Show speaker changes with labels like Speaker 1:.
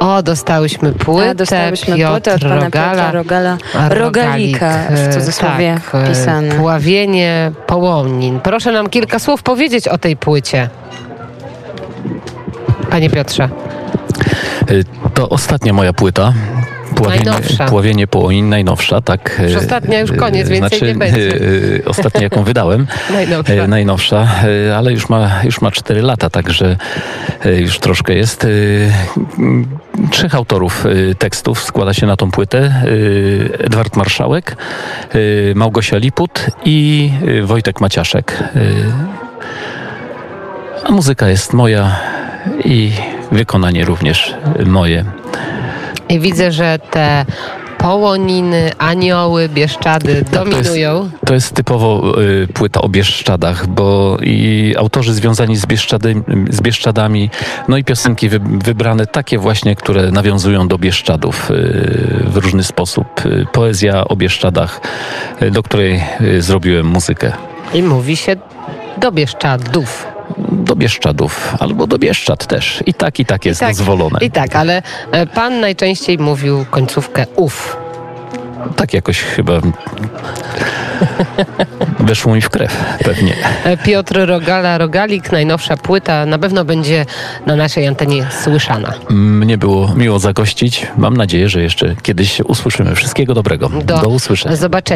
Speaker 1: O, dostałyśmy płytę,
Speaker 2: A, dostałyśmy
Speaker 1: Piotr,
Speaker 2: płytę od pana Piotra
Speaker 1: Rogala,
Speaker 2: Rogala.
Speaker 1: a,
Speaker 2: Rogalika,
Speaker 1: e,
Speaker 2: w cudzysłowie
Speaker 1: tak, e,
Speaker 2: pisane.
Speaker 1: Pławienie połomnin. Proszę nam kilka słów powiedzieć o tej płycie. Panie Piotrze.
Speaker 3: Y, To ostatnia moja płyta.
Speaker 1: Najnowsza.
Speaker 3: pławienie połonin, najnowsza, tak.
Speaker 1: Już
Speaker 3: y,
Speaker 1: ostatnia, już
Speaker 3: y,
Speaker 1: koniec, więcej nie będzie.
Speaker 3: y, y, Ostatnia, jaką wydałem,
Speaker 1: Najnowsza.
Speaker 3: y, najnowsza, y, ale już ma, już ma 4 lata, także y, już troszkę jest. y, mm, Trzech autorów y, tekstów składa się na tą płytę. y, Edward Marszałek, y, Małgosia Liput i y, Wojtek Maciaszek. y. A muzyka jest moja i wykonanie również y, moje.
Speaker 1: I widzę, że te połoniny, anioły, bieszczady dominują.
Speaker 3: Tak, To jest typowo y, płyta o Bieszczadach, bo i autorzy związani z, Bieszczady, z Bieszczadami, no i piosenki wy, wybrane takie właśnie, które nawiązują do Bieszczadów y, w różny sposób. Y, Poezja o Bieszczadach, y, do której y, zrobiłem muzykę.
Speaker 1: I mówi się do bieszczadów.
Speaker 3: Do Bieszczadów, albo do Bieszczad też. I tak, i tak jest
Speaker 1: tak,
Speaker 3: dozwolone.
Speaker 1: I tak, ale e, pan najczęściej mówił końcówkę ów.
Speaker 3: Tak jakoś chyba weszło mi w krew pewnie.
Speaker 1: E, Piotr Rogala, Rogalik, najnowsza płyta, na pewno będzie na naszej antenie słyszana.
Speaker 3: Mnie było miło zagościć. Mam nadzieję, że jeszcze kiedyś się usłyszymy. Wszystkiego dobrego.
Speaker 1: Do-
Speaker 3: Do usłyszenia.
Speaker 1: Zobaczenia.